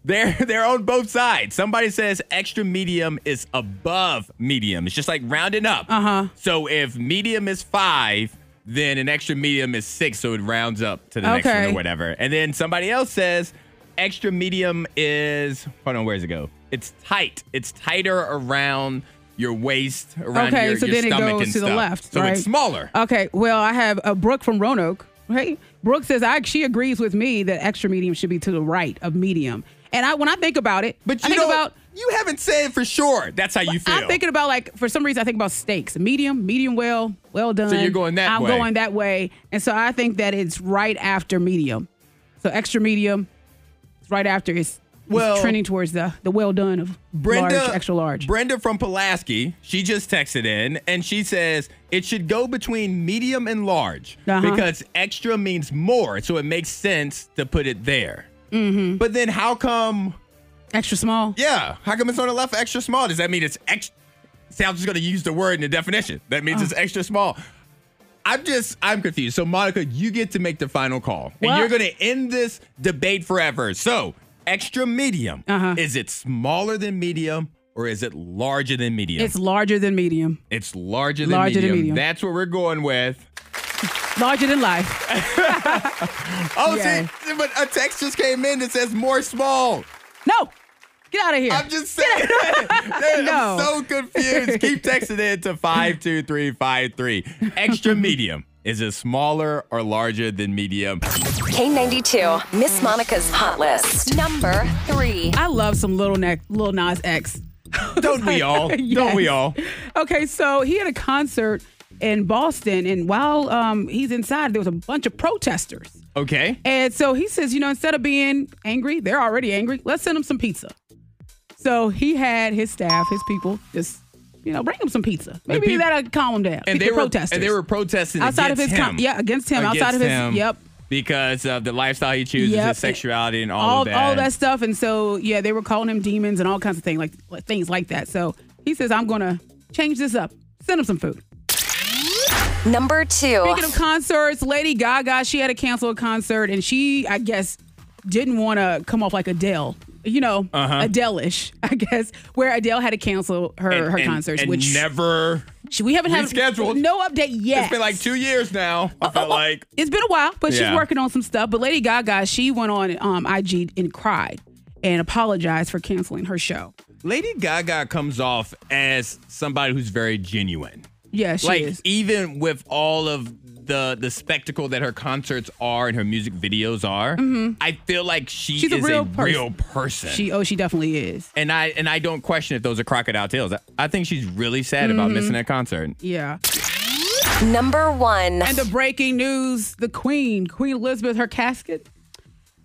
Speaker 4: they're they're on both sides. Somebody says extra medium is above medium. It's just like rounding up. Uh
Speaker 5: Uh-huh.
Speaker 4: huh. So if medium is five, then an extra medium is six, so it rounds up to the next one
Speaker 5: Okay.
Speaker 4: or whatever. And then somebody else says extra medium is hold on, where's it go? It's tight. It's tighter around your waist, around
Speaker 5: okay,
Speaker 4: your,
Speaker 5: so
Speaker 4: your
Speaker 5: then it
Speaker 4: stomach
Speaker 5: goes
Speaker 4: and
Speaker 5: to
Speaker 4: stuff.
Speaker 5: the left.
Speaker 4: So
Speaker 5: right?
Speaker 4: it's smaller.
Speaker 5: Okay, well, I have uh, Brooke from Roanoke. Hey, Brooke says I, she agrees with me that extra medium should be to the right of medium. And I, when I think about it,
Speaker 4: but
Speaker 5: I
Speaker 4: you
Speaker 5: think
Speaker 4: know,
Speaker 5: about
Speaker 4: you haven't said for sure. That's how you feel.
Speaker 5: I'm thinking about like for some reason I think about steaks. Medium, medium well, well done.
Speaker 4: you're going that
Speaker 5: I'm
Speaker 4: way.
Speaker 5: going that way. And so I think that it's right after medium. So extra medium, it's right after it's, it's
Speaker 4: Well-
Speaker 5: trending towards the the well done of
Speaker 4: Brenda,
Speaker 5: large, extra large.
Speaker 4: Brenda from Pulaski, she just texted in and she says it should go between medium and large
Speaker 5: Uh-huh.
Speaker 4: because extra means more, so it makes sense to put it there. Mm-hmm. But then how come?
Speaker 5: extra small.
Speaker 4: Yeah, how come it's on the left extra small? Does that mean it's extra? See, I'm just gonna use the word in the definition. That means
Speaker 5: Oh.
Speaker 4: it's extra small. I'm just, I'm confused. So, Monica, you get to make the final call, and
Speaker 5: Well-
Speaker 4: you're gonna end this debate forever. So, extra medium.
Speaker 5: Uh-huh.
Speaker 4: Is it smaller than medium, or is it larger than medium?
Speaker 5: It's larger than medium.
Speaker 4: It's larger than,
Speaker 5: Larger than
Speaker 4: medium.
Speaker 5: medium.
Speaker 4: That's what we're going with.
Speaker 5: Larger than life.
Speaker 4: Oh,
Speaker 5: Yeah.
Speaker 4: see, but a text just came in that says more small.
Speaker 5: No. Get out of here.
Speaker 4: I'm just saying. I'm
Speaker 5: No.
Speaker 4: so confused. Keep texting in to 52353. Extra medium. Is it smaller or larger than medium?
Speaker 1: K92, Miss Monica's Hot List. Number three.
Speaker 5: I love some little neck little Nas X.
Speaker 4: Don't we all? Don't we
Speaker 5: Yes.
Speaker 4: all?
Speaker 5: Okay, so he had a concert in Boston, and while um, he's inside, there was a bunch of protesters.
Speaker 4: Okay.
Speaker 5: And so he says, you know, instead of being angry, they're already angry. Let's send them some pizza. So he had his staff, his people, just you know, bring them some pizza. Maybe
Speaker 4: peop-
Speaker 5: that'll calm them down.
Speaker 4: And
Speaker 5: People
Speaker 4: they were
Speaker 5: protesters.
Speaker 4: and they were protesting
Speaker 5: Outside of
Speaker 4: against
Speaker 5: his com-
Speaker 4: him.
Speaker 5: yeah, against him, outside of his-
Speaker 4: him
Speaker 5: yep.
Speaker 4: Because of the lifestyle he chooses,
Speaker 5: Yep.
Speaker 4: his sexuality, and all,
Speaker 5: all
Speaker 4: of that.
Speaker 5: all that stuff. And so yeah, they were calling him demons and all kinds of things like like- things like that. So he says, I'm gonna change this up. Send them some food.
Speaker 1: Number two.
Speaker 5: Speaking of concerts, Lady Gaga, she had to cancel a concert and she, I guess, didn't want to come off like Adele. You know,
Speaker 4: Uh-huh.
Speaker 5: Adele-ish, I guess, where Adele had to cancel her
Speaker 4: And-
Speaker 5: her
Speaker 4: and-
Speaker 5: concerts,
Speaker 4: and
Speaker 5: which
Speaker 4: never.
Speaker 5: she, we haven't had
Speaker 4: rescheduled.
Speaker 5: No update yet.
Speaker 4: It's been like two years now. I felt like
Speaker 5: It's been a while, but
Speaker 4: Yeah.
Speaker 5: she's working on some stuff. But Lady Gaga, she went on um, IG and cried and apologized for canceling her show.
Speaker 4: Lady Gaga comes off as somebody who's very genuine.
Speaker 5: Yeah, she
Speaker 4: like
Speaker 5: is.
Speaker 4: even with all of the the spectacle that her concerts are and her music videos are, I feel like she
Speaker 5: Mm-hmm. She's a
Speaker 4: is
Speaker 5: real
Speaker 4: a
Speaker 5: person.
Speaker 4: real person.
Speaker 5: She oh, she definitely is.
Speaker 4: and I and I don't question if those are crocodile tails. I, I think she's really sad
Speaker 5: Mm-hmm.
Speaker 4: about missing that concert.
Speaker 5: Yeah.
Speaker 1: Number one.
Speaker 5: And the breaking news the Queen, Queen Elizabeth, her casket,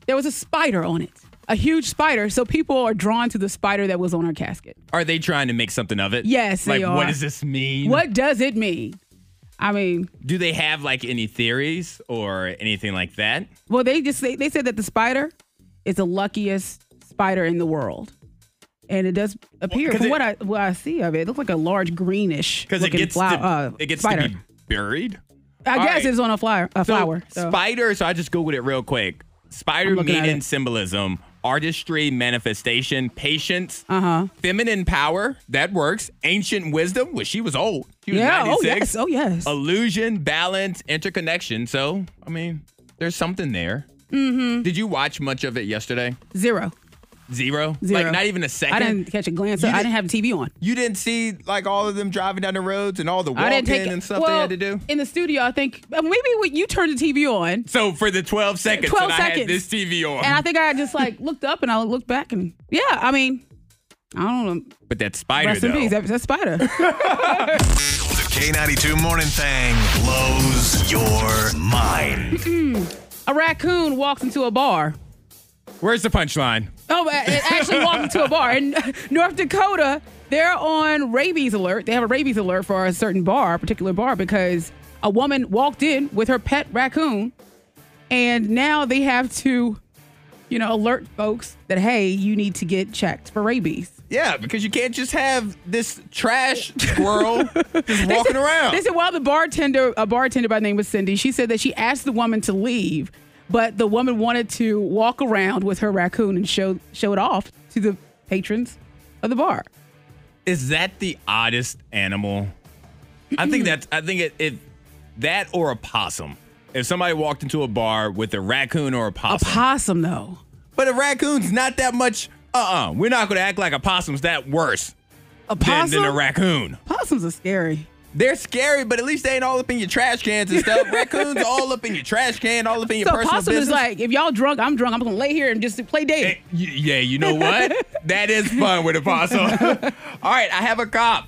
Speaker 5: there was a spider on it, a huge spider. So people are drawn to the spider that was on her casket.
Speaker 4: Are they trying to make something of it?
Speaker 5: Yes,
Speaker 4: Like
Speaker 5: they
Speaker 4: what
Speaker 5: are.
Speaker 4: does this mean?
Speaker 5: What does it mean? I mean,
Speaker 4: do they have like any theories or anything like that?
Speaker 5: well, they just say, they said that the spider is the luckiest spider in the world. And it does appear,
Speaker 4: 'Cause
Speaker 5: from
Speaker 4: it-
Speaker 5: what I what I see of it, it looks like a large greenish
Speaker 4: Because
Speaker 5: looking
Speaker 4: it gets
Speaker 5: flower.
Speaker 4: to,
Speaker 5: uh,
Speaker 4: it gets
Speaker 5: spider.
Speaker 4: to be buried.
Speaker 5: I
Speaker 4: all
Speaker 5: guess
Speaker 4: right.
Speaker 5: it's on a flower. A
Speaker 4: So,
Speaker 5: flower. so.
Speaker 4: Spider, so I just Googled it real quick. Spider
Speaker 5: I'm looking at
Speaker 4: meaning
Speaker 5: it.
Speaker 4: symbolism, artistry, manifestation, patience, uh-huh. feminine power, that works. Ancient wisdom, well, she was old. She was
Speaker 5: yeah. Oh
Speaker 4: 96.
Speaker 5: yes. Oh yes.
Speaker 4: Illusion, balance, interconnection. So, I mean, there's something there. Mm-hmm. Did you watch much of it yesterday?
Speaker 5: Zero.
Speaker 4: Zero?
Speaker 5: Zero.
Speaker 4: Like, not even a second?
Speaker 5: I didn't catch a glance.
Speaker 4: You
Speaker 5: I
Speaker 4: didn't-
Speaker 5: didn't have TV on.
Speaker 4: you didn't see, like, all of them driving down the roads and all the
Speaker 5: I
Speaker 4: walking
Speaker 5: didn't take
Speaker 4: and stuff they
Speaker 5: well,
Speaker 4: had to do?
Speaker 5: in the studio. I think uh, maybe when you turned the TV on,
Speaker 4: So, for the 12 seconds
Speaker 5: 12
Speaker 4: that I had
Speaker 5: seconds.
Speaker 4: this TV on.
Speaker 5: and I think I just like looked up and I looked back and yeah, I mean, I don't know.
Speaker 4: but that spider,
Speaker 5: Rest in
Speaker 4: though.
Speaker 5: peace. That, that spider.
Speaker 9: The K92 Morning Thing blows your mind.
Speaker 5: a raccoon walks into a bar.
Speaker 4: Where's the punchline?
Speaker 5: Oh, it it actually walked into a bar in North Dakota. They're on rabies alert. They have a rabies alert for a certain bar, a particular bar, because a woman walked in with her pet raccoon, and now they have to, you know, alert folks that hey, you need to get checked for rabies.
Speaker 4: Yeah, because you can't just have this trash squirrel just walking around.
Speaker 5: They said while the bartender, a bartender by the name of Cindy, she said that she asked the woman to leave, but the woman wanted to walk around with her raccoon and show show it off to the patrons of the bar.
Speaker 4: Is that the oddest animal? I think that's. I think it, it. That or a possum. If somebody walked into a bar with a raccoon or a
Speaker 5: A
Speaker 4: possum,
Speaker 5: possum though.
Speaker 4: But a raccoon's not that much. Uh uh-uh. uh. we are not going to act like a possum's that worse
Speaker 5: A
Speaker 4: than,
Speaker 5: possum?
Speaker 4: than a raccoon.
Speaker 5: Possums are scary.
Speaker 4: They're scary, but at least they ain't all up in your trash cans and stuff. Raccoons all up in your trash can, all up in your
Speaker 5: So a
Speaker 4: personal
Speaker 5: possum
Speaker 4: business.
Speaker 5: is like, if y'all drunk, I'm drunk. I'm gonna lay here and just play
Speaker 4: Eh,
Speaker 5: dead.
Speaker 4: y- yeah, you know what? that is fun with a possum. all right, I have a cop.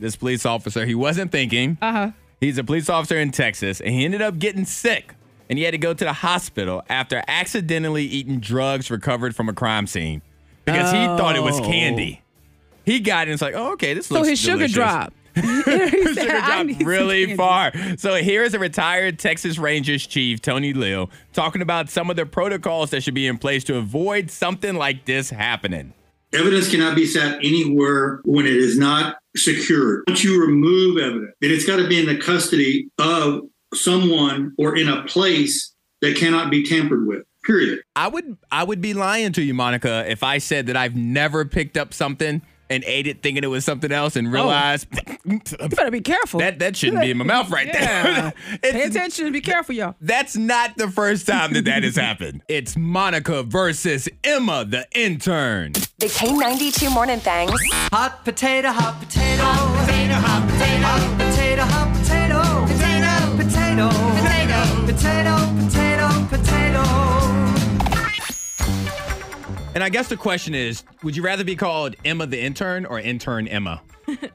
Speaker 4: This police officer, he wasn't thinking. Uh
Speaker 5: Uh-huh.
Speaker 4: huh. He's a police officer in Texas, and he ended up getting sick, and he had to go to the hospital after accidentally eating drugs recovered from a crime scene because he thought it was
Speaker 7: Oh.
Speaker 4: candy. He got it and it's like, oh, okay, this
Speaker 5: So
Speaker 4: looks
Speaker 5: his sugar
Speaker 4: delicious.
Speaker 5: dropped. He said,
Speaker 4: His sugar
Speaker 5: "I need
Speaker 4: dropped
Speaker 5: some
Speaker 4: really
Speaker 5: candy."
Speaker 4: far. So here's a retired Texas Rangers chief, Tony Lill, talking about some of the protocols that should be in place to avoid something like this happening.
Speaker 10: Evidence cannot be sat anywhere when it is not secured. Once you remove evidence, then it's got to be in the custody of someone or in a place that cannot be tampered with, period.
Speaker 4: I would I would be lying to you, Monica, if I said that I've never picked up something and ate it thinking it was something else and realized
Speaker 5: You better be careful.
Speaker 4: that that shouldn't be in my mouth right
Speaker 5: Yeah.
Speaker 4: there. It's-
Speaker 5: Pay attention. Be careful, y'all.
Speaker 4: That's not the first time that that has happened. It's Monica versus Emma, the intern.
Speaker 1: The K92 Morning Thang
Speaker 11: Hot potato, hot potato. Hot potato, hot potato. Potato, potato, potato, potato.
Speaker 4: And I guess the question is, would you rather be called Emma the intern or intern Emma?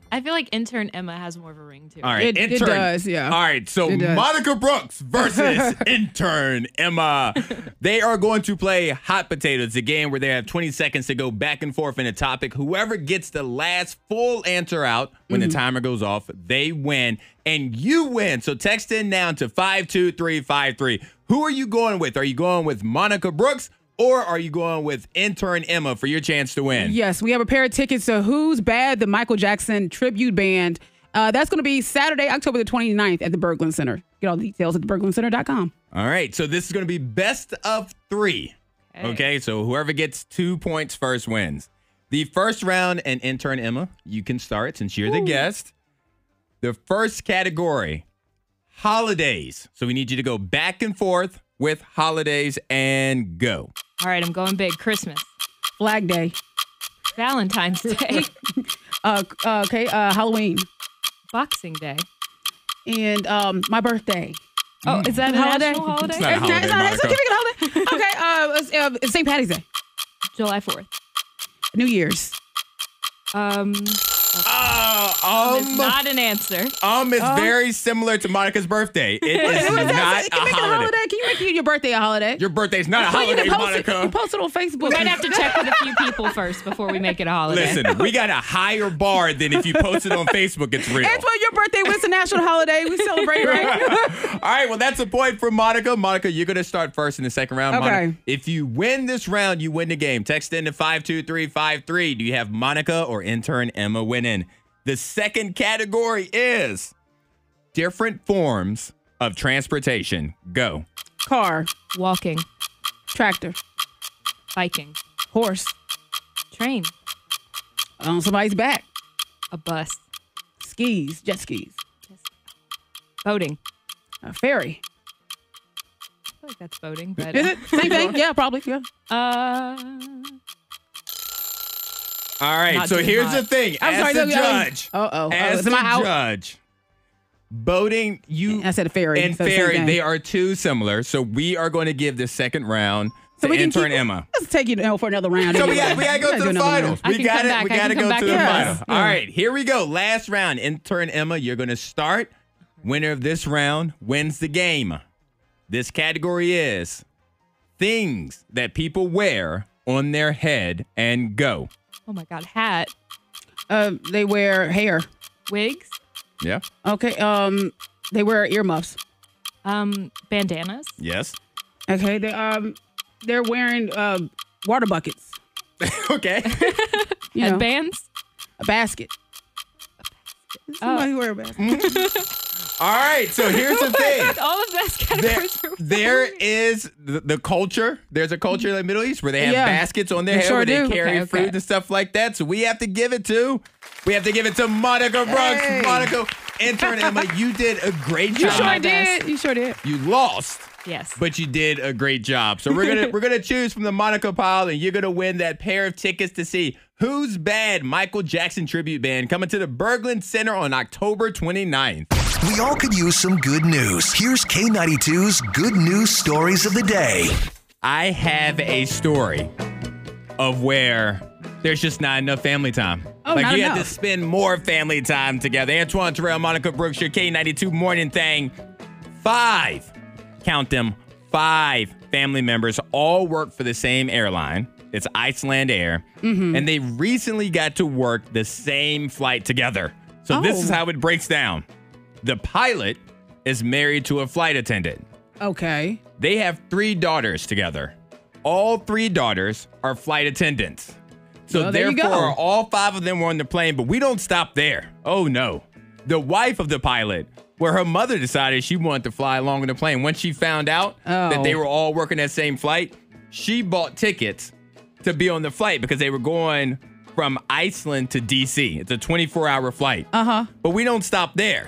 Speaker 12: I feel like intern Emma has more of a ring to it.
Speaker 4: All right,
Speaker 5: It- it
Speaker 4: intern.
Speaker 5: does, yeah.
Speaker 4: All right, so
Speaker 5: It does.
Speaker 4: Monica Brooks versus intern Emma. They are going to play Hot Potatoes, a game where they have 20 seconds to go back and forth in a topic. Whoever gets the last full answer out when
Speaker 5: Mm-hmm.
Speaker 4: the timer goes off, they win, and you win. So text in now to 52353. Who are you going with? Are you going with Monica Brooks or are you going with intern Emma for your chance to win?
Speaker 5: Yes, we have a pair of tickets to Who's Bad, the Michael Jackson tribute band. Uh, that's going to be Saturday, October the 29th at the Berglund Center. Get all the details at theberglundcenter.com.
Speaker 4: All right, so this is going to be best of three. Okay. so whoever gets two points first wins. The first round, and intern Emma, you can start since you're the guest. The first category, holidays. So we need you to go back and forth with holidays and go.
Speaker 12: All right, I'm going big. Christmas,
Speaker 5: Flag Day.
Speaker 12: Valentine's Day,
Speaker 5: Uh, uh, okay, uh, Halloween.
Speaker 12: Boxing Day.
Speaker 5: And um, my birthday.
Speaker 12: Oh, is that a
Speaker 5: Holiday.
Speaker 12: national holiday?
Speaker 4: It's not a holiday,
Speaker 5: it's not, it's
Speaker 4: Monica.
Speaker 5: okay, we can hold it. Okay, uh, it's, uh, it's St. Patty's Day.
Speaker 12: July 4th.
Speaker 5: New Year's.
Speaker 12: Um,
Speaker 4: Uh,
Speaker 12: it's not an answer.
Speaker 4: um, it's very similar to Monica's birthday. It is
Speaker 5: What is
Speaker 4: not
Speaker 5: that?
Speaker 4: a
Speaker 5: Can you make it a
Speaker 4: holiday.
Speaker 5: holiday? Can you make your- your birthday a holiday?
Speaker 4: Your birthday's not a
Speaker 5: Well, you
Speaker 4: holiday,
Speaker 5: can post it-
Speaker 4: Monica.
Speaker 5: Post it on Facebook.
Speaker 12: Might have to check with a few people first before we make it a holiday.
Speaker 4: Listen, we got a higher bar than if you post it on Facebook, it's real.
Speaker 5: That's why your birthday was a national holiday. We celebrate, right?
Speaker 4: All right, well, that's a point for Monica. Monica, you're going to start first in the second round.
Speaker 5: Okay.
Speaker 4: Monica, if you win this round, you win the game. Text in to 52353. Do you have Monica or intern Emma winning? The second category is different forms of transportation. Go.
Speaker 5: Car,
Speaker 12: Walking,
Speaker 5: tractor,
Speaker 12: biking,
Speaker 5: horse,
Speaker 12: train,
Speaker 5: on somebody's back,
Speaker 12: a bus,
Speaker 5: skis, jet skis,
Speaker 12: boating.
Speaker 5: a ferry.
Speaker 12: I feel like that's boating, but
Speaker 5: Is it same thing? Yeah, probably. Yeah.
Speaker 12: uh,
Speaker 4: All right,
Speaker 12: Not
Speaker 4: so
Speaker 12: doing
Speaker 4: here's
Speaker 12: hot.
Speaker 4: the thing.
Speaker 5: I'm
Speaker 4: As
Speaker 5: sorry,
Speaker 4: the
Speaker 5: no, yeah, I-
Speaker 4: judge,
Speaker 5: Uh-oh.
Speaker 4: as
Speaker 5: Oh,
Speaker 4: the
Speaker 5: am I out?
Speaker 4: judge, boating, you
Speaker 5: I said a ferry.
Speaker 4: and
Speaker 5: so same
Speaker 4: Ferry,
Speaker 5: thing.
Speaker 4: they are too similar. So we are going to give the second round
Speaker 5: So
Speaker 4: to
Speaker 5: we can
Speaker 4: intern
Speaker 5: keep-
Speaker 4: Emma.
Speaker 5: Let's take you down for another round.
Speaker 4: So we
Speaker 5: anyway.
Speaker 4: got, we got to go
Speaker 5: gotta
Speaker 4: to the
Speaker 5: another round.
Speaker 4: finals.
Speaker 12: I
Speaker 4: We
Speaker 12: can
Speaker 4: got
Speaker 12: come
Speaker 4: it.
Speaker 12: back.
Speaker 4: We
Speaker 12: I
Speaker 4: got to
Speaker 12: can
Speaker 4: go
Speaker 12: come back
Speaker 4: to the
Speaker 12: in.
Speaker 4: final.
Speaker 5: Yes.
Speaker 4: All right, here we go. Last round. Intern Emma, you're going to start. Winner of this round wins the game. This category is things that people wear on their head and go.
Speaker 12: oh my God, hat,
Speaker 5: Uh, they wear hair.
Speaker 12: wigs,
Speaker 4: Yeah.
Speaker 5: Okay. Um, they wear earmuffs.
Speaker 12: um, bandanas,
Speaker 4: Yes.
Speaker 5: Okay. They um, they're wearing uh, water buckets.
Speaker 4: okay.
Speaker 5: You know,
Speaker 12: headbands.
Speaker 5: a basket. Somebody wear a basket.
Speaker 4: All right. So here's the thing.
Speaker 12: Oh All of those
Speaker 4: There,
Speaker 12: categories. are-
Speaker 4: there is the, the culture. There's a culture in the Middle East where they have
Speaker 5: Yeah.
Speaker 4: baskets on their
Speaker 5: They
Speaker 4: head
Speaker 5: sure
Speaker 4: where they
Speaker 5: do.
Speaker 4: carry
Speaker 5: Okay, okay.
Speaker 4: food and stuff like that. So we have to give it to, we have to give it to Monica Brooks.
Speaker 5: Hey.
Speaker 4: Monica, intern Emma, you did a great job.
Speaker 5: You sure did. You sure did.
Speaker 4: You lost,
Speaker 12: Yes.
Speaker 4: But you did a great job. So we're gonna we're gonna choose from the Monica pile, and you're gonna win that pair of tickets to see Who's Bad Michael Jackson tribute band coming to the Berglund Center on October 29th.
Speaker 9: We all could use some good news. Here's K92's good news stories of the day.
Speaker 4: I have a story of where there's just not enough family time.
Speaker 9: Oh,
Speaker 4: like
Speaker 9: not
Speaker 4: you have
Speaker 9: enough.
Speaker 4: to spend more family time together. Antoine Terrell, Monica Brooks, your K92 morning thing. Five, count them, five family members all work for the same airline. It's Iceland Air.
Speaker 9: Mm-hmm.
Speaker 13: Mhm.
Speaker 4: And they recently got to work the same flight together. So this
Speaker 5: Oh.
Speaker 4: is how it breaks down. The pilot is married to a flight attendant.
Speaker 5: Okay.
Speaker 4: They have three daughters together. All three daughters are flight attendants. So
Speaker 5: Well, there you
Speaker 4: therefore,
Speaker 5: go.
Speaker 4: all five of them were on the plane, but we don't stop there. Oh no. The wife of the pilot, where her mother decided she wanted to fly along in the plane. Once she found out
Speaker 5: Oh.
Speaker 4: that they were all working that same flight, she bought tickets to be on the flight because they were going from Iceland to DC. It's a 24 hour flight.
Speaker 5: Uh huh.
Speaker 4: But we don't stop there.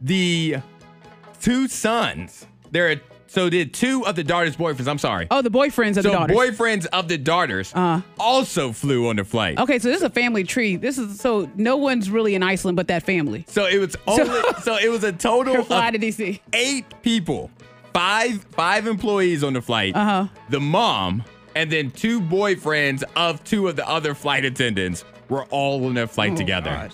Speaker 4: The two sons, there are so the two of the daughter's boyfriends, I'm sorry.
Speaker 5: Oh, the boyfriends
Speaker 4: so
Speaker 5: of the daughters. Uh-huh.
Speaker 4: boyfriends of the daughters also flew on the flight.
Speaker 5: okay, so this is a family tree. This is so no one's really in Iceland but that family.
Speaker 4: So it was only so it was a total
Speaker 5: Her fly
Speaker 4: of
Speaker 5: to DC.
Speaker 4: eight people, five five employees on the flight,
Speaker 5: Uh-huh.
Speaker 4: the mom, and then two boyfriends of two of the other flight attendants were all on that flight
Speaker 5: Oh,
Speaker 4: together.
Speaker 5: gosh.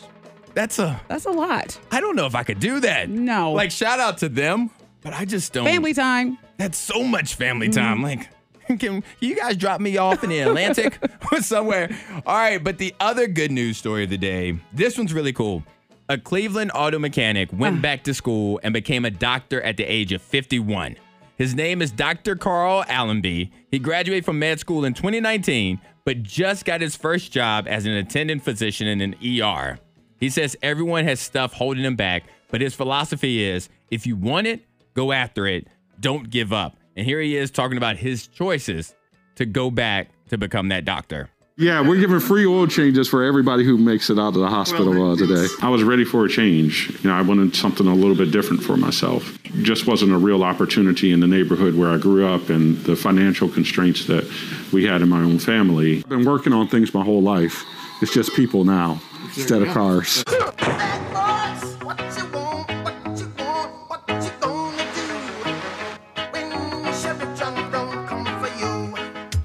Speaker 4: That's a
Speaker 5: That's a lot.
Speaker 4: I don't know if I could do that.
Speaker 5: No.
Speaker 4: Like shout out to them, but I just don't.
Speaker 5: Family time.
Speaker 4: That's so much family time. Like, Mm-hmm. can you guys drop me off in the Atlantic or somewhere? All right, but the other good news story of the day. This one's really cool. A Cleveland auto mechanic went back to school and became a doctor at the age of 51. His name is Dr. Carl Allenby. He graduated from med school in 2019, but just got his first job as an attendant physician in an ER. He says everyone has stuff holding him back, but his philosophy is if you want it, go after it, don't give up. And here he is talking about his choices to go back to become that doctor.
Speaker 14: Yeah, we're giving free oil changes for everybody who makes it out of the hospital uh, today. I was ready for a change. You know, I wanted something a little bit different for myself. Just wasn't a real opportunity in the neighborhood where I grew up and the financial constraints that we had in my own family. I've been working on things my whole life. It's just people now instead of cars.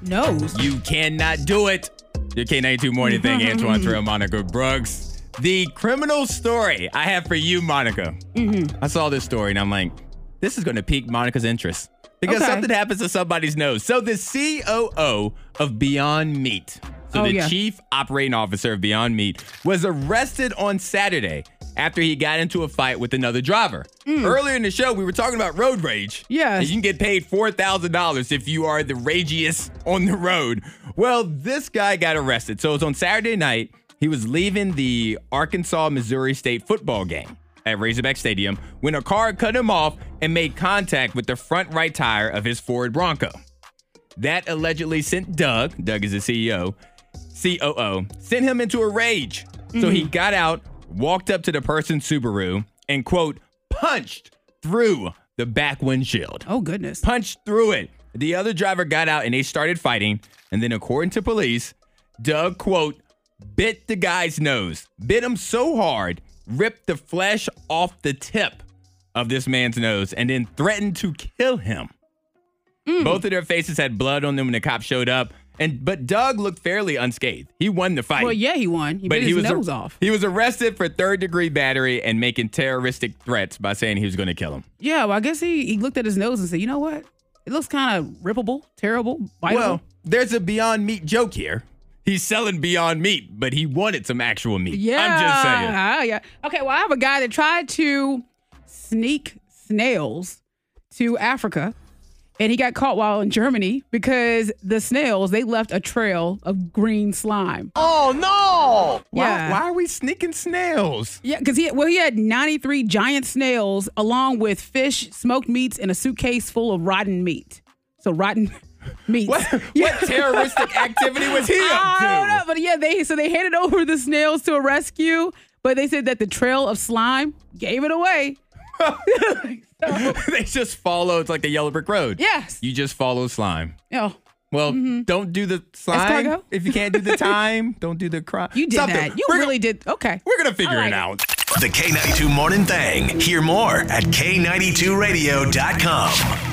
Speaker 5: Knows.
Speaker 4: You cannot do it. Your K92 morning thing, Antoine Terrell, Monica Brooks. The criminal story I have for you, Monica.
Speaker 5: Mm-hmm.
Speaker 4: I saw this story and I'm like, this is going to pique Monica's interest because
Speaker 5: Okay.
Speaker 4: something happens to somebody's nose. So the COO of Beyond Meat, so
Speaker 5: Oh,
Speaker 4: the
Speaker 5: yeah.
Speaker 4: chief operating officer of Beyond Meat, was arrested on Saturday after he got into a fight with another driver.
Speaker 5: Mm.
Speaker 4: Earlier in the show, we were talking about road rage.
Speaker 5: Yeah.
Speaker 4: And you can get paid $4,000 if you are the ragiest on the road. Well, this guy got arrested. So it was on Saturday night. He was leaving the Arkansas Missouri State football game at Razorback Stadium when a car cut him off and made contact with the front right tire of his Ford Bronco. That allegedly sent Doug, Doug is the E CEO, COO, sent him into a rage. So he got out, walked up to the person's Subaru, and quote, punched through the back windshield.
Speaker 5: Oh, goodness.
Speaker 4: Punched through it. The other driver got out and they started fighting. And then, according to police, Doug, quote, bit the guy's nose, bit him so hard, ripped the flesh off the tip of this man's nose, and then threatened to kill him.
Speaker 5: Mm.
Speaker 4: Both of their faces had blood on them when the cops showed up. And but Doug looked fairly unscathed. He won the fight.
Speaker 5: Well, yeah, he won. He
Speaker 4: but
Speaker 5: bit
Speaker 4: he
Speaker 5: his
Speaker 4: was
Speaker 5: nose off.
Speaker 4: He was arrested for third degree battery and making terroristic threats by saying he was going to kill him.
Speaker 5: Yeah, well, I guess he, he looked at his nose and said, you know what? It looks kind of rippable, terrible, biteable.
Speaker 4: Well, there's a Beyond Meat joke here. He's selling Beyond Meat, but he wanted some actual meat.
Speaker 5: yeah.
Speaker 4: I'm just saying.
Speaker 5: Ah, yeah. Okay, well, I have a guy that tried to sneak snails to Africa, and he got caught while in Germany because the snails, they left a trail of green slime.
Speaker 4: Oh no! Why,
Speaker 5: Yeah.
Speaker 4: why are we sneaking snails?
Speaker 5: Yeah, because he well he had 93 giant snails along with fish, smoked meats, and a suitcase full of rotten meat. So rotten meat. What,
Speaker 4: What terroristic activity was he up to?
Speaker 5: I don't know, but yeah, they so they handed over the snails to a rescue, but they said that the trail of slime gave it away.
Speaker 4: they just follow. It's like the yellow brick road.
Speaker 5: Yes.
Speaker 4: You just follow slime.
Speaker 5: Oh.
Speaker 4: Well, don't do the slime.
Speaker 5: Escargot?
Speaker 4: If you can't do the time, don't do the crime.
Speaker 5: You did
Speaker 4: Something.
Speaker 5: that. You really did. Okay.
Speaker 4: We're gonna
Speaker 9: figure
Speaker 5: it
Speaker 4: out.
Speaker 9: The K92 Morning Thing. Hear more at K92Radio.com.